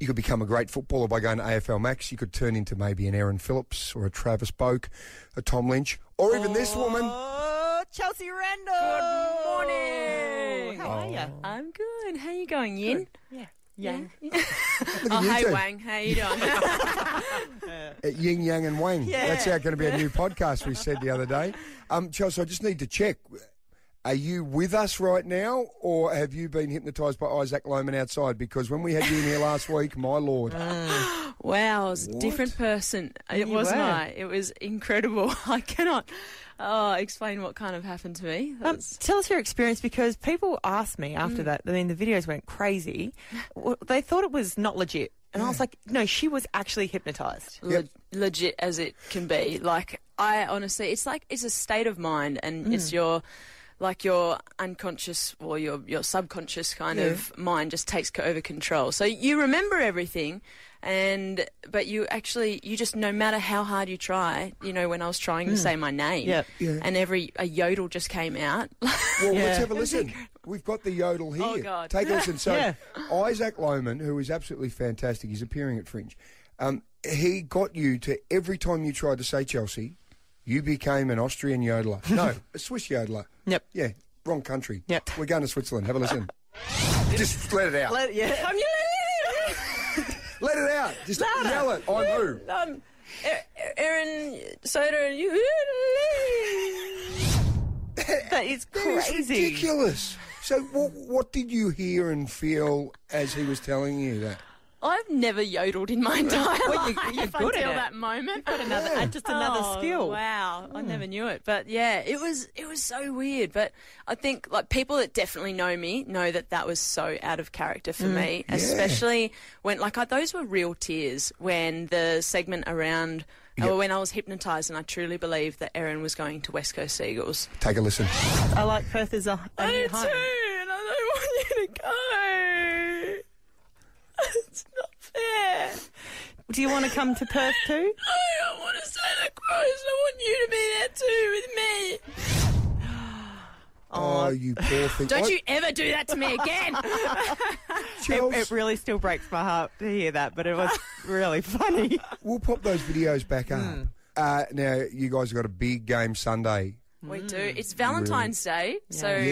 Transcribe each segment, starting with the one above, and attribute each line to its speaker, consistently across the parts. Speaker 1: You could become a great footballer by going to AFL Max. You could turn into maybe an Aaron Phillips or a Travis Boak, a Tom Lynch, or even this woman.
Speaker 2: Oh, Chelsea Randall. Good morning.
Speaker 3: How are you?
Speaker 4: I'm good. How you going, Yin?
Speaker 3: Yang.
Speaker 1: Look at
Speaker 4: Oh,
Speaker 1: you
Speaker 4: hey,
Speaker 1: two.
Speaker 4: Wang. How you doing?
Speaker 1: at Yin Yang and Wang. That's our going to be a new podcast we said the other day. Um, Chelsea, I just need to check. Are you with us right now, or have you been hypnotised by Isaac Loman outside? Because when we had you in here last week, my lord,
Speaker 4: Uh, wow, I was a different person. It
Speaker 3: you
Speaker 4: wasn't
Speaker 3: were.
Speaker 4: I. It was incredible. I cannot uh, explain what kind of happened to me.
Speaker 3: Um,
Speaker 4: That's-
Speaker 3: tell us your experience because people asked me after that. I mean, the videos went crazy. Well, they thought it was not legit, and I was like, "No, she was actually hypnotized."
Speaker 4: le- legit as it can be. Like I honestly, it's like it's a state of mind, and it's your like your unconscious or your your subconscious kind of mind just takes co- over control. So you remember everything, and but you actually you just no matter how hard you try, you know when I was trying to say my name,
Speaker 3: Yep.
Speaker 1: Yeah.
Speaker 4: and every a yodel just came out.
Speaker 1: Well,
Speaker 3: Yeah.
Speaker 1: let's have a listen. We've got the yodel here.
Speaker 4: Oh, God.
Speaker 1: Take a listen. So,
Speaker 3: Yeah.
Speaker 1: Isaac Lohman, who is absolutely fantastic, he's appearing at Fringe. Um, he got you to every time you tried to say Chelsea, you became an Austrian yodeler. No, a Swiss yodeler.
Speaker 3: Yep.
Speaker 1: Yeah, wrong country.
Speaker 3: Yep.
Speaker 1: We're going to Switzerland. Have a listen. Just let it out. Let,
Speaker 3: But yeah,
Speaker 1: it out. Just yell it. I'm who?
Speaker 4: um, Aaron Soda and you.
Speaker 3: that is
Speaker 1: It's
Speaker 3: crazy.
Speaker 1: ridiculous. So, what, what did you hear and feel as he was telling you that?
Speaker 4: I've never yodeled in my entire
Speaker 3: Well, you-
Speaker 4: life
Speaker 3: you're good at
Speaker 4: until
Speaker 3: it.
Speaker 4: that moment.
Speaker 3: Another, uh, just another
Speaker 4: Oh,
Speaker 3: skill.
Speaker 4: Wow, I never knew it. But yeah, it was it was so weird. But I think like people that definitely know me know that that was so out of character for me, especially when like I, those were real tears when the segment around. or when I was hypnotised, and I truly believed that Erin was going to West Coast Seagulls.
Speaker 1: Take a listen.
Speaker 3: I like Perth as a, a new home.
Speaker 4: and I don't want you to go. it's not fair.
Speaker 3: Do you want to come to Perth too?
Speaker 4: I don't want to say that gross. I want you to be there too with me.
Speaker 1: Oh, you poor thing.
Speaker 4: Don't
Speaker 1: I-
Speaker 4: you ever do that to me again.
Speaker 1: Chelsea.
Speaker 3: It really still breaks my heart to hear that, but it was really funny.
Speaker 1: We'll pop those videos back up.
Speaker 5: Hmm.
Speaker 1: Uh, now, you guys have got a big game Sunday.
Speaker 4: we do. It's Valentine's Day, so
Speaker 1: Mm.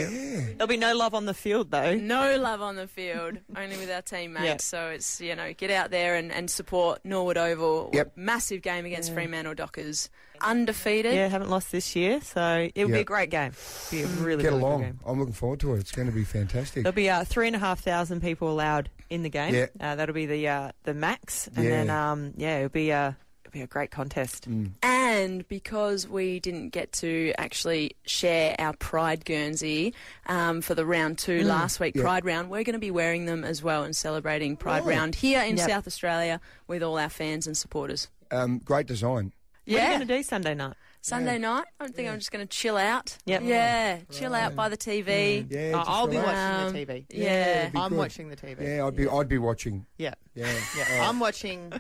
Speaker 1: Yeah.
Speaker 3: There'll be no love on the field though.
Speaker 4: no love on the field, only with our teammates.
Speaker 3: Yeah.
Speaker 4: So it's, you know, get out there and, and support Norwood Oval.
Speaker 1: Yep.
Speaker 4: Massive game against Fremantle Dockers. Undefeated.
Speaker 3: Yeah, haven't lost this year, so it'll
Speaker 1: Yeah.
Speaker 3: be a great game. Be a really,
Speaker 1: Get
Speaker 3: really good
Speaker 1: along.
Speaker 3: game.
Speaker 1: I'm looking forward to it. It's going to be fantastic.
Speaker 3: There'll be uh, three and a half thousand people allowed in the game.
Speaker 1: Yeah.
Speaker 3: Uh, that'll be the uh, the max, and
Speaker 1: Yeah. Mm.
Speaker 3: then um, yeah, it'll be a it'll be a great contest.
Speaker 4: And because we didn't get to actually share our Pride Guernsey um, for the round two
Speaker 3: Mm,
Speaker 4: last week,
Speaker 1: yeah.
Speaker 4: Pride round, we're going to be wearing them as well and celebrating Pride round here in
Speaker 3: Yep.
Speaker 4: South Australia with all our fans and supporters.
Speaker 1: Um, great design.
Speaker 5: Uh,
Speaker 3: What are you going to do Sunday night?
Speaker 4: Sunday night, I think I'm just going to chill out.
Speaker 3: Yep.
Speaker 4: Yeah, chill out by the TV.
Speaker 1: Yeah,
Speaker 5: I-
Speaker 1: just
Speaker 5: I'll be
Speaker 1: relax.
Speaker 5: watching
Speaker 4: Um,
Speaker 5: the TV.
Speaker 4: yeah.
Speaker 1: be
Speaker 5: I'm
Speaker 1: good.
Speaker 5: watching the TV.
Speaker 1: Yeah, I'd be. I'd be watching.
Speaker 5: yeah.
Speaker 1: Yeah.
Speaker 5: Yeah. I'm watching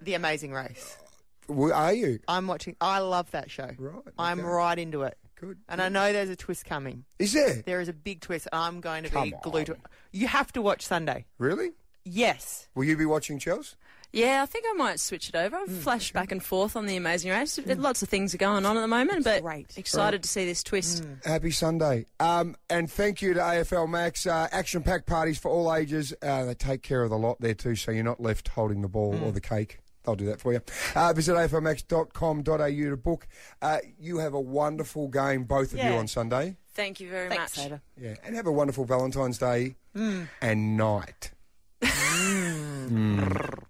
Speaker 5: The Amazing Race.
Speaker 1: Well, are you
Speaker 5: I'm watching. I love that show.
Speaker 1: Right,
Speaker 5: I'm
Speaker 1: okay.
Speaker 5: right into it.
Speaker 1: good?
Speaker 5: And I know there's a twist coming.
Speaker 1: Is there
Speaker 5: There is a big twist. I'm going to
Speaker 1: Come
Speaker 5: be glued to it. You have to watch Sunday.
Speaker 1: really?
Speaker 3: Yes.
Speaker 1: Will you be watching Chelsea?
Speaker 4: Yeah, I think I might switch it over. I've
Speaker 3: Mm.
Speaker 4: flashed back and forth on the Amazing Race. Lots of things are going on at the moment, but
Speaker 3: great. Mm.
Speaker 4: excited to see this twist.
Speaker 1: Happy Sunday. Um, and thank you to AFL Max. Uh, action packed parties for all ages. Uh, they take care of the lot there too, so you're not left holding the ball or the cake. They'll do that for you. Uh, visit aflmax.com.au to book. Uh, you have a wonderful game, both of you,
Speaker 3: Yeah.
Speaker 1: on Sunday.
Speaker 4: Thank you very
Speaker 3: Thanks,
Speaker 4: much.
Speaker 3: Ada.
Speaker 1: Yeah, and have a wonderful Valentine's Day and night. Mm.